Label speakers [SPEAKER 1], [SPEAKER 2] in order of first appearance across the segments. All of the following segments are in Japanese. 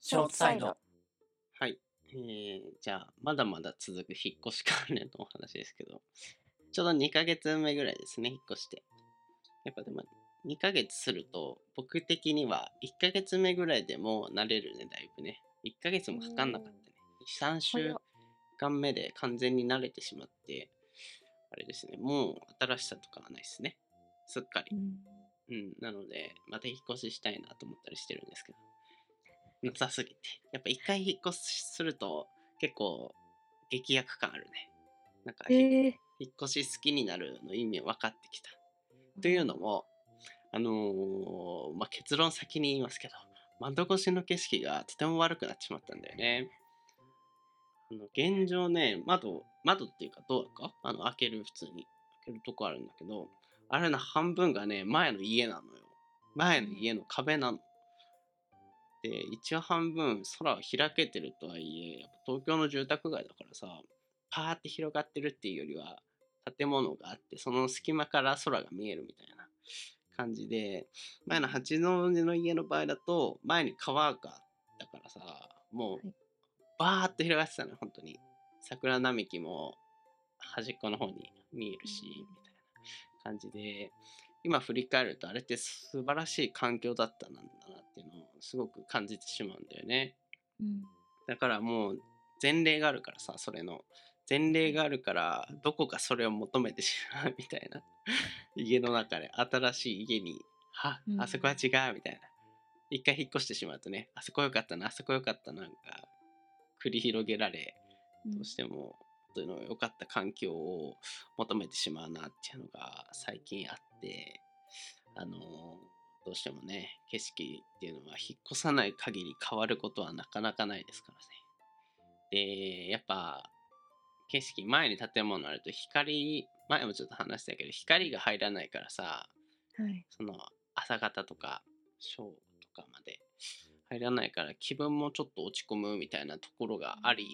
[SPEAKER 1] ショートサイド。
[SPEAKER 2] はい。えーじゃあ、まだまだ続く引っ越し関連のお話ですけど、ちょうど2ヶ月目ぐらいですね、引っ越して。やっぱでも、2ヶ月すると、僕的には1ヶ月目ぐらいでもう慣れるね、だいぶね。1ヶ月もかかんなかったね。3週間目で完全に慣れてしまって、あれですね、もう新しさとかはないですね。すっかり。うん、なので、また引っ越ししたいなと思ったりしてるんですけど、なさすぎて。やっぱ一回引っ越しすると、結構、劇薬感あるね。なんか、ひ
[SPEAKER 1] ええ
[SPEAKER 2] 引っ越し好きになるの意味分かってきた。というのも、あのーまあ、結論先に言いますけど、窓越しの景色がとても悪くなってしまったんだよね。あの現状ね、窓、窓っていうかドアかあの、開ける普通に。開けるとこあるんだけど、あれの半分がね、前の家なのよ。前の家の壁なの。で、一応半分空は開けてるとはいえ、やっぱ東京の住宅街だからさ、パーって広がってるっていうよりは、建物があって、その隙間から空が見えるみたいな感じで、前の八の字の家の場合だと、前に川があったからさ、もう
[SPEAKER 1] はい、
[SPEAKER 2] バーっと広がってたのよ、本当に。桜並木も端っこの方に見えるし、み
[SPEAKER 1] うん
[SPEAKER 2] たいな感じで、今振り返ると、あれって素晴らしい環境だったなんだなっていうのをすごく感じてしまうんだよね。
[SPEAKER 1] うん
[SPEAKER 2] だからもう前例があるからさそれの前例があるからどこかそれを求めてしまうみた いな家の中で新しい家には
[SPEAKER 1] うん
[SPEAKER 2] あそこは違うみたいな一回引っ越してしまうとねあそこ良かったなあそこ良かったなんか繰り広げられどうしてもというの良かった環境を求めてしまうなっていうのが最近あってあのどうしてもね景色っていうのは引っ越さない限り変わることはなかなかないですからねでやっぱ景色前に建物あると光前もちょっと話したけど光が入らないからさ
[SPEAKER 1] はい。
[SPEAKER 2] その朝方とか正午とかまで入らないから気分もちょっと落ち込むみたいなところがあり、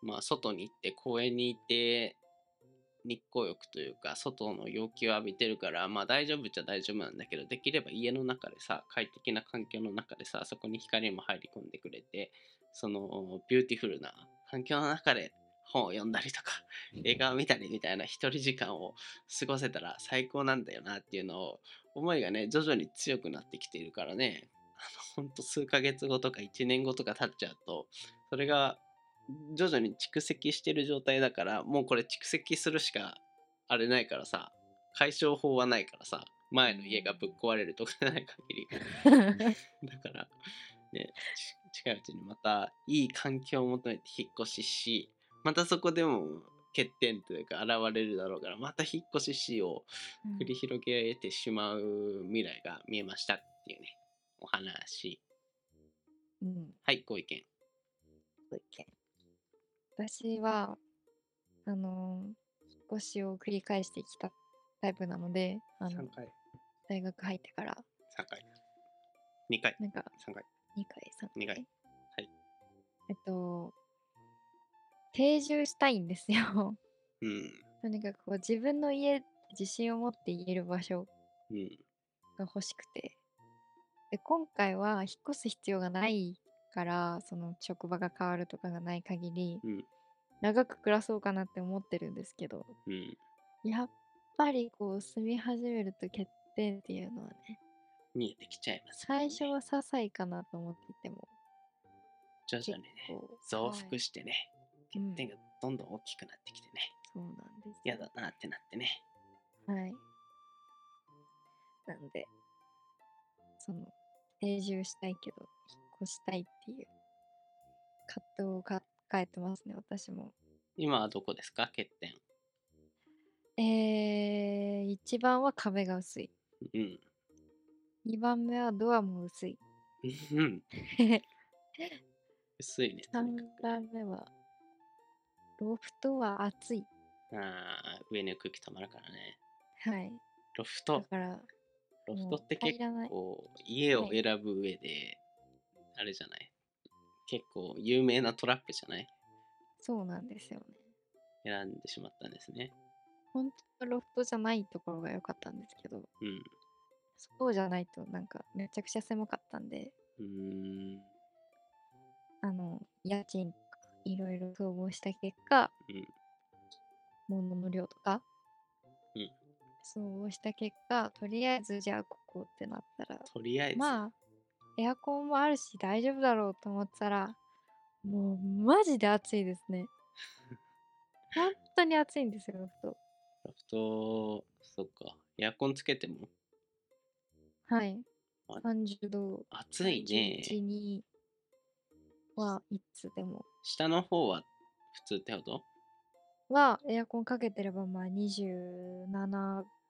[SPEAKER 2] まあ外に行って公園に行って日光浴というか外の陽気を浴びてるからまあ大丈夫っちゃ大丈夫なんだけどできれば家の中でさ快適な環境の中でさそこに光も入り込んでくれてそのビューティフルな環境の中で本を読んだりとか映画を見たりみたいな一人時間を過ごせたら最高なんだよなっていうのを思いがね徐々に強くなってきているからねあのほんと数ヶ月後とか1年後とか経っちゃうとそれが徐々に蓄積してる状態だからもうこれ蓄積するしかあれないからさ解消法はないからさ前の家がぶっ壊れるとかじゃない限り だから、ね、ち近いうちにまたいい環境を求めて引っ越しし、またそこでも欠点というか現れるだろうから、また引っ越ししを繰り広げてしまう未来が見えましたっていうね、お話。
[SPEAKER 1] うん
[SPEAKER 2] はい、ご意見。
[SPEAKER 1] ご意見私はあのー引っ越しを繰り返してきたタイプなのであの
[SPEAKER 2] 3回。
[SPEAKER 1] 大学入ってから
[SPEAKER 2] 3回。2回。
[SPEAKER 1] なんか
[SPEAKER 2] 3回。
[SPEAKER 1] 2回3回
[SPEAKER 2] 二回はい
[SPEAKER 1] えっと定住したいんですよ
[SPEAKER 2] うん。
[SPEAKER 1] とにかくこう自分の家自信を持って言える場所
[SPEAKER 2] うん。
[SPEAKER 1] が欲しくてで今回は引っ越す必要がないからその職場が変わるとかがない限り、
[SPEAKER 2] うん
[SPEAKER 1] 長く暮らそうかなって思ってるんですけど
[SPEAKER 2] うん。
[SPEAKER 1] やっぱりこう住み始めると欠点っていうのはね
[SPEAKER 2] 見えてきちゃいます、
[SPEAKER 1] 最初。は些細かなと思っていても
[SPEAKER 2] 徐
[SPEAKER 1] 結
[SPEAKER 2] 々にね、
[SPEAKER 1] 構
[SPEAKER 2] 増幅
[SPEAKER 1] し
[SPEAKER 2] してね、
[SPEAKER 1] て、うん
[SPEAKER 2] 点がどんどん大きくなってきてね、
[SPEAKER 1] そうなんです
[SPEAKER 2] 嫌だなってなってね。
[SPEAKER 1] はいなんでその定住したいけど引っ越したいっていう葛藤を抱えてますね私も
[SPEAKER 2] 今はどこですか欠点。
[SPEAKER 1] えー、一番は壁が薄い
[SPEAKER 2] うん。
[SPEAKER 1] 2番目はドアも薄 い
[SPEAKER 2] うん。薄いね。とにか
[SPEAKER 1] 3番目はロフトは暑い
[SPEAKER 2] くあー上に空気溜まるからね。
[SPEAKER 1] はい
[SPEAKER 2] ロフ
[SPEAKER 1] だ
[SPEAKER 2] ト。
[SPEAKER 1] から
[SPEAKER 2] ロフトって
[SPEAKER 1] もう入
[SPEAKER 2] 結
[SPEAKER 1] らない
[SPEAKER 2] 構家を選ぶ上で、あれじゃない結構有名なトラップじゃない
[SPEAKER 1] そうなんですよね
[SPEAKER 2] 選んでしまったんですね。
[SPEAKER 1] 本当はロフトじゃないところが良かったんですけど
[SPEAKER 2] うん。
[SPEAKER 1] そうじゃないとなんかめちゃくちゃ狭かったんで
[SPEAKER 2] うーん。
[SPEAKER 1] 家賃とかいろいろ統合した結果、
[SPEAKER 2] うん
[SPEAKER 1] 物の量とか、
[SPEAKER 2] うん
[SPEAKER 1] 総合した結果とりあえずじゃあここってなったら
[SPEAKER 2] とりあえず、
[SPEAKER 1] まあエアコンもあるし大丈夫だろうと思ってたらもうマジで暑いです ね本当に暑いんですよロフト
[SPEAKER 2] ロフト、そっか。エアコンつけても
[SPEAKER 1] はい
[SPEAKER 2] あ
[SPEAKER 1] 30度
[SPEAKER 2] 暑い
[SPEAKER 1] 31
[SPEAKER 2] ね。
[SPEAKER 1] にはいつでも
[SPEAKER 2] 下の方は普通ってこと
[SPEAKER 1] はエアコンかけてればまあ27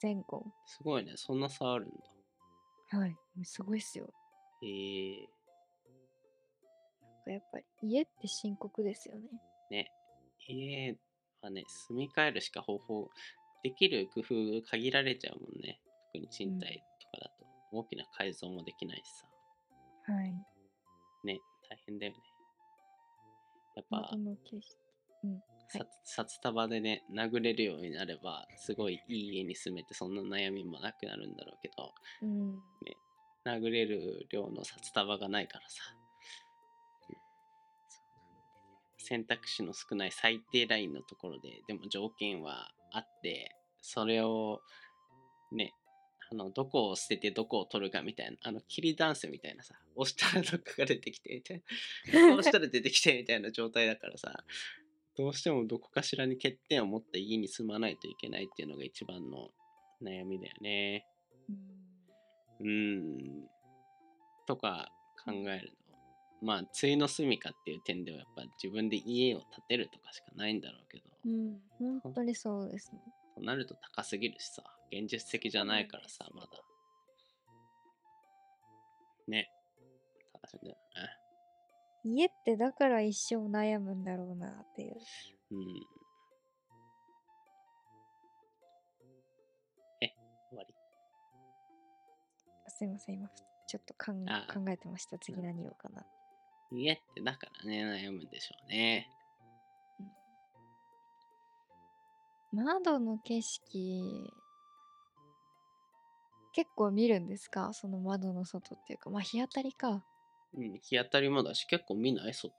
[SPEAKER 1] 前後
[SPEAKER 2] すごいね。そんな差あるんだ。
[SPEAKER 1] はいもうすごいっすよ
[SPEAKER 2] へえ
[SPEAKER 1] やっぱり家って深刻ですよね
[SPEAKER 2] ね。家はね、住み替えるしか方法、できる工夫限られちゃうもんね。特に賃貸とかだと、大きな改造もできないしさ。
[SPEAKER 1] はい
[SPEAKER 2] ね、大変だよね。やっぱ
[SPEAKER 1] 窓、の景色うんはい
[SPEAKER 2] さ札束でね、殴れるようになれば、すごいいい家に住めて、そんな悩みもなくなるんだろうけど、
[SPEAKER 1] うん
[SPEAKER 2] 殴れる量の札束がないからさ、選択肢の少ない最低ラインのところで、でも条件はあって、それをね、あのどこを捨ててどこを取るかみたいなあのキリダンスみたいなさ押したらどっかが出てきて みたいな押したら出てきてみたいな状態だからさどうしてもどこかしらに欠点を持った家に住まないといけないっていうのが一番の悩みだよね。
[SPEAKER 1] うん
[SPEAKER 2] うーんとか考えるとまあついの住みかっていう点ではやっぱ自分で家を建てるとかしかないんだろうけど、
[SPEAKER 1] うん、本当にそうですね。
[SPEAKER 2] となると高すぎるしさ現実的じゃないからさ
[SPEAKER 1] そう
[SPEAKER 2] ま
[SPEAKER 1] なんです
[SPEAKER 2] だね正しいんだよね
[SPEAKER 1] 家ってだから一生悩むんだろうなっていう。
[SPEAKER 2] うんえ終わり
[SPEAKER 1] あすいません、今ちょっと考
[SPEAKER 2] ああ
[SPEAKER 1] 考えてました。次何言おうかな。
[SPEAKER 2] 家ってだからね悩むんでしょうね
[SPEAKER 1] 窓の景色、結構見るんですかその窓の外っていうか、まあ日当たりか。
[SPEAKER 2] うん日当たりもだし結構見ない外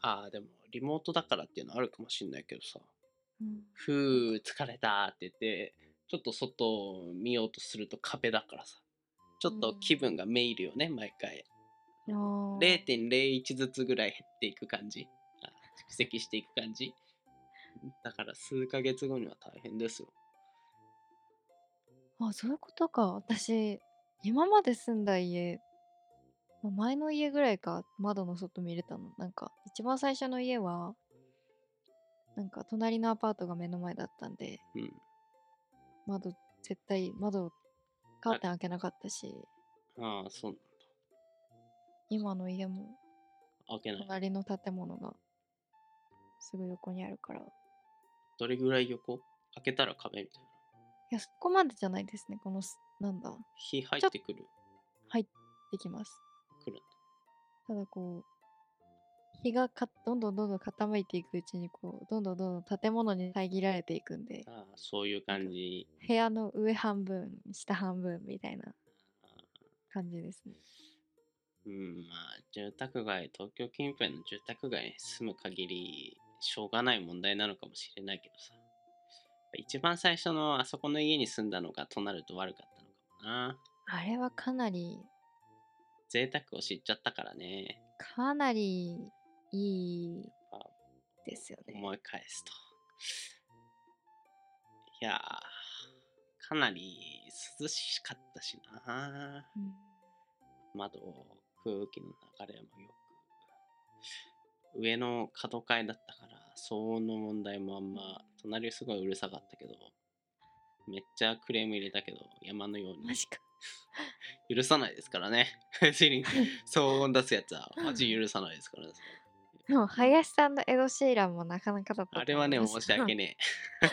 [SPEAKER 2] ああでもリモートだからっていうのあるかもしんないけどさ
[SPEAKER 1] うん、
[SPEAKER 2] ふう疲れたって言ってちょっと外を見ようとすると壁だからさちょっと気分がめいるよね、毎回
[SPEAKER 1] あー
[SPEAKER 2] 0.01ずつぐらい減っていく感じあ蓄積していく感じだから数ヶ月後には大変ですよ
[SPEAKER 1] あ、そういうことか。私、今まで住んだ家、まあ前の家ぐらいか、窓の外見れたの。なんか、一番最初の家は、なんか、隣のアパートが目の前だったんで、
[SPEAKER 2] うん
[SPEAKER 1] 窓、絶対、窓、カーテン開けなかったし、
[SPEAKER 2] ああそう
[SPEAKER 1] 今の家も、
[SPEAKER 2] 開けない
[SPEAKER 1] 隣の建物が、すぐ横にあるから。い
[SPEAKER 2] どれぐらい横開けたら壁みたいな
[SPEAKER 1] や、そこまでじゃないですね。このす、なんだ、
[SPEAKER 2] 火入ってくる
[SPEAKER 1] できます。
[SPEAKER 2] くるんだ
[SPEAKER 1] ただこう日がかどんどんどんどん傾いていくうちにこうどんどんどんどん建物に遮られていくんで
[SPEAKER 2] ああそういう感じ
[SPEAKER 1] 部屋の上半分下半分みたいな
[SPEAKER 2] ああ
[SPEAKER 1] 感じですね
[SPEAKER 2] うん、まあ、住宅街、東京近辺の住宅街に住む限り、しょうがない問題なのかもしれないけどさ。一番最初のあそこの家に住んだのがとなると悪かったのかもな。
[SPEAKER 1] あれはかなり
[SPEAKER 2] 贅沢を知っちゃったからね。
[SPEAKER 1] かなりいい
[SPEAKER 2] あ
[SPEAKER 1] ですよね
[SPEAKER 2] 思い返すと。いやー、かなり涼しかったしな。
[SPEAKER 1] うん
[SPEAKER 2] 窓、空気の流れもよく。上の角階だったから、騒音の問題もあんま、隣すごいうるさかったけど、めっちゃクレーム入れたけど、山のよう
[SPEAKER 1] マ
[SPEAKER 2] に
[SPEAKER 1] ジか
[SPEAKER 2] 許さないですからね。別に騒音出すやつは、マジ許さないですか らね。
[SPEAKER 1] でも林さんのエド・シーランもなかなかだったと
[SPEAKER 2] あれはね、
[SPEAKER 1] 思いま
[SPEAKER 2] 申
[SPEAKER 1] す
[SPEAKER 2] し訳ねえ。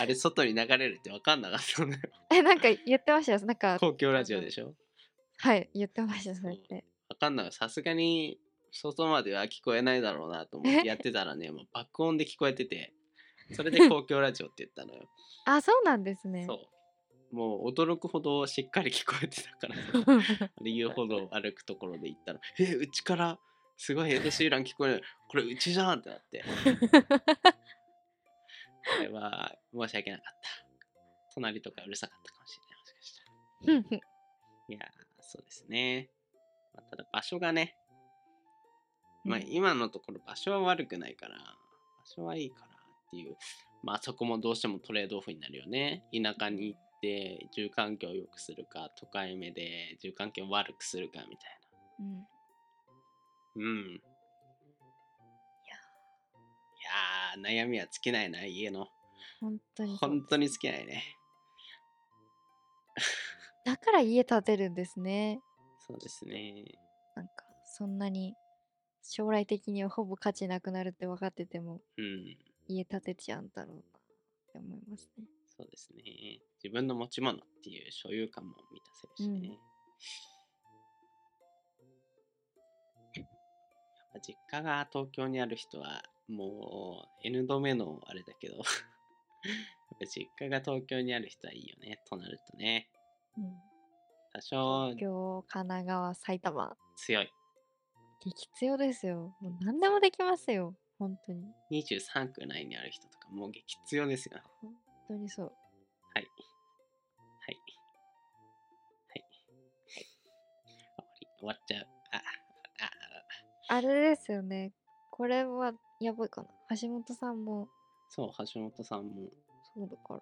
[SPEAKER 2] あれ、外に流れるって分かんなかったのよ。
[SPEAKER 1] えなんか言ってましたよなんか
[SPEAKER 2] 公共ラジオでしょ
[SPEAKER 1] はい言ってましたそれって
[SPEAKER 2] 分かんない。さすがに、外までは聞こえないだろうなと思ってやってたらね、もう爆音で聞こえてて、それで公共ラジオって言ったのよ。
[SPEAKER 1] あそうなんですね
[SPEAKER 2] そう。もう驚くほど しっかり聞こえてたから、あれ言うほど歩くところで行ったら、え、うちからすごいヘッドシーラン聞こえるこれうちじゃんってなってこれは申し訳なかった隣とかうるさかったかもしれないもしかしたらいやーそうですね、まあただ場所がねまあ今のところ場所は悪くないから、場所はいいからっていう、まあそこもどうしてもトレードオフになるよね。田舎に行って住環境を良くするか、都会目で住環境を悪くするかみたい
[SPEAKER 1] うん
[SPEAKER 2] な。うん。いやー、いやー悩みは尽きないな、家の。
[SPEAKER 1] 本当にそう
[SPEAKER 2] 本当に尽きないね。
[SPEAKER 1] だから家建てるんですね
[SPEAKER 2] そうですね。
[SPEAKER 1] なんかそんなに将来的にはほぼ価値なくなるって分かってても
[SPEAKER 2] うん。
[SPEAKER 1] 家建てちゃうんだろうなって思いますね
[SPEAKER 2] そうですね。自分の持ち物っていう所有感も満たせるしね。
[SPEAKER 1] うん
[SPEAKER 2] やっぱ実家が東京にある人はもう N 度目のあれだけど やっぱ実家が東京にある人はいいよねとなるとね
[SPEAKER 1] うん
[SPEAKER 2] 多少
[SPEAKER 1] 東京神奈川埼玉
[SPEAKER 2] 強い
[SPEAKER 1] 激強ですよもう何でもできますよ本当に
[SPEAKER 2] 23区内にある人とかもう激強ですよ
[SPEAKER 1] 本当にそう
[SPEAKER 2] はいはいはい終わり終わっちゃうあああ
[SPEAKER 1] あれですよねこれはやばいかな橋本さんも
[SPEAKER 2] そう、橋本さんも。
[SPEAKER 1] そうだか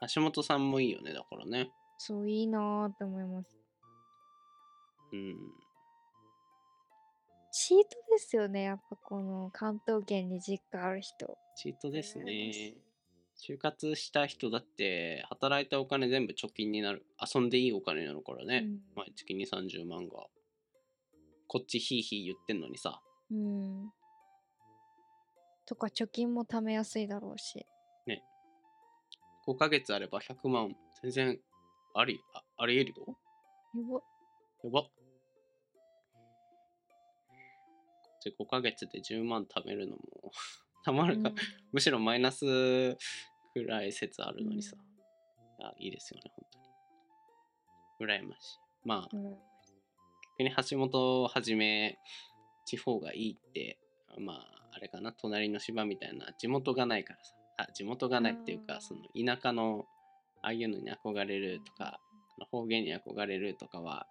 [SPEAKER 1] ら
[SPEAKER 2] 橋本さんもいいよね、だからね。
[SPEAKER 1] そういいなーって思います
[SPEAKER 2] うん。
[SPEAKER 1] チートですよねやっぱこの関東圏に実家ある人
[SPEAKER 2] チートです
[SPEAKER 1] 羨ま
[SPEAKER 2] ね
[SPEAKER 1] し。
[SPEAKER 2] 就活した人だって、働いたお金全部貯金になる。遊んでいいお金になるから
[SPEAKER 1] い
[SPEAKER 2] ね。
[SPEAKER 1] うん
[SPEAKER 2] 毎月2、30万が。こっちひいひい言ってんのにさ。
[SPEAKER 1] うん。とか貯金も貯めやすいだろうし。
[SPEAKER 2] 5ヶ月あれば100万、全然あり、ああり得るよ。
[SPEAKER 1] やば
[SPEAKER 2] やば。こっち5ヶ月で10万貯めるのも、 たまるか、
[SPEAKER 1] うん
[SPEAKER 2] むしろマイナスくらい説あるのにさ、あいいですよね、本当に。羨ましい。まあ
[SPEAKER 1] う、ん
[SPEAKER 2] 逆に橋本をはじめ、地方がいいって、まあ、あれかな、隣の芝みたいな、地元がないからさ、あ、地元がないっていう
[SPEAKER 1] あ
[SPEAKER 2] か、
[SPEAKER 1] ー
[SPEAKER 2] その田舎の、ああいうのに憧れるとか、あの方言に憧れるとかは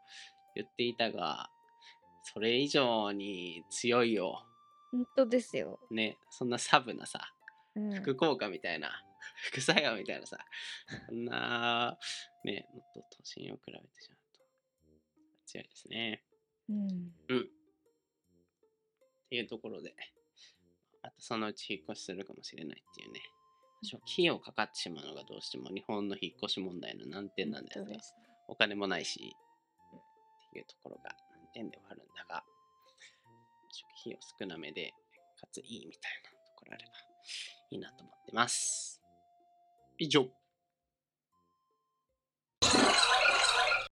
[SPEAKER 2] 言っていたが、それ以上に強いよ。
[SPEAKER 1] 本当ですよ。
[SPEAKER 2] ね、そんなサブなさ、
[SPEAKER 1] うん、
[SPEAKER 2] 副効果みたいな、 副作用みたいなさ、そんな、ね、もっと都心を比べてしまうと強いですね。
[SPEAKER 1] うん
[SPEAKER 2] っていうところで、またそのうち引っ越しするかもしれないっていうね。初期費用かかってしまうのがどうしても日本の引っ越し問題の難点なんです
[SPEAKER 1] 本当
[SPEAKER 2] が
[SPEAKER 1] で、すね
[SPEAKER 2] お金もないし、っていうところが難点ではあるんだが、初期費用少なめで、かついいみたいなところあればいいなと思ってます。以上。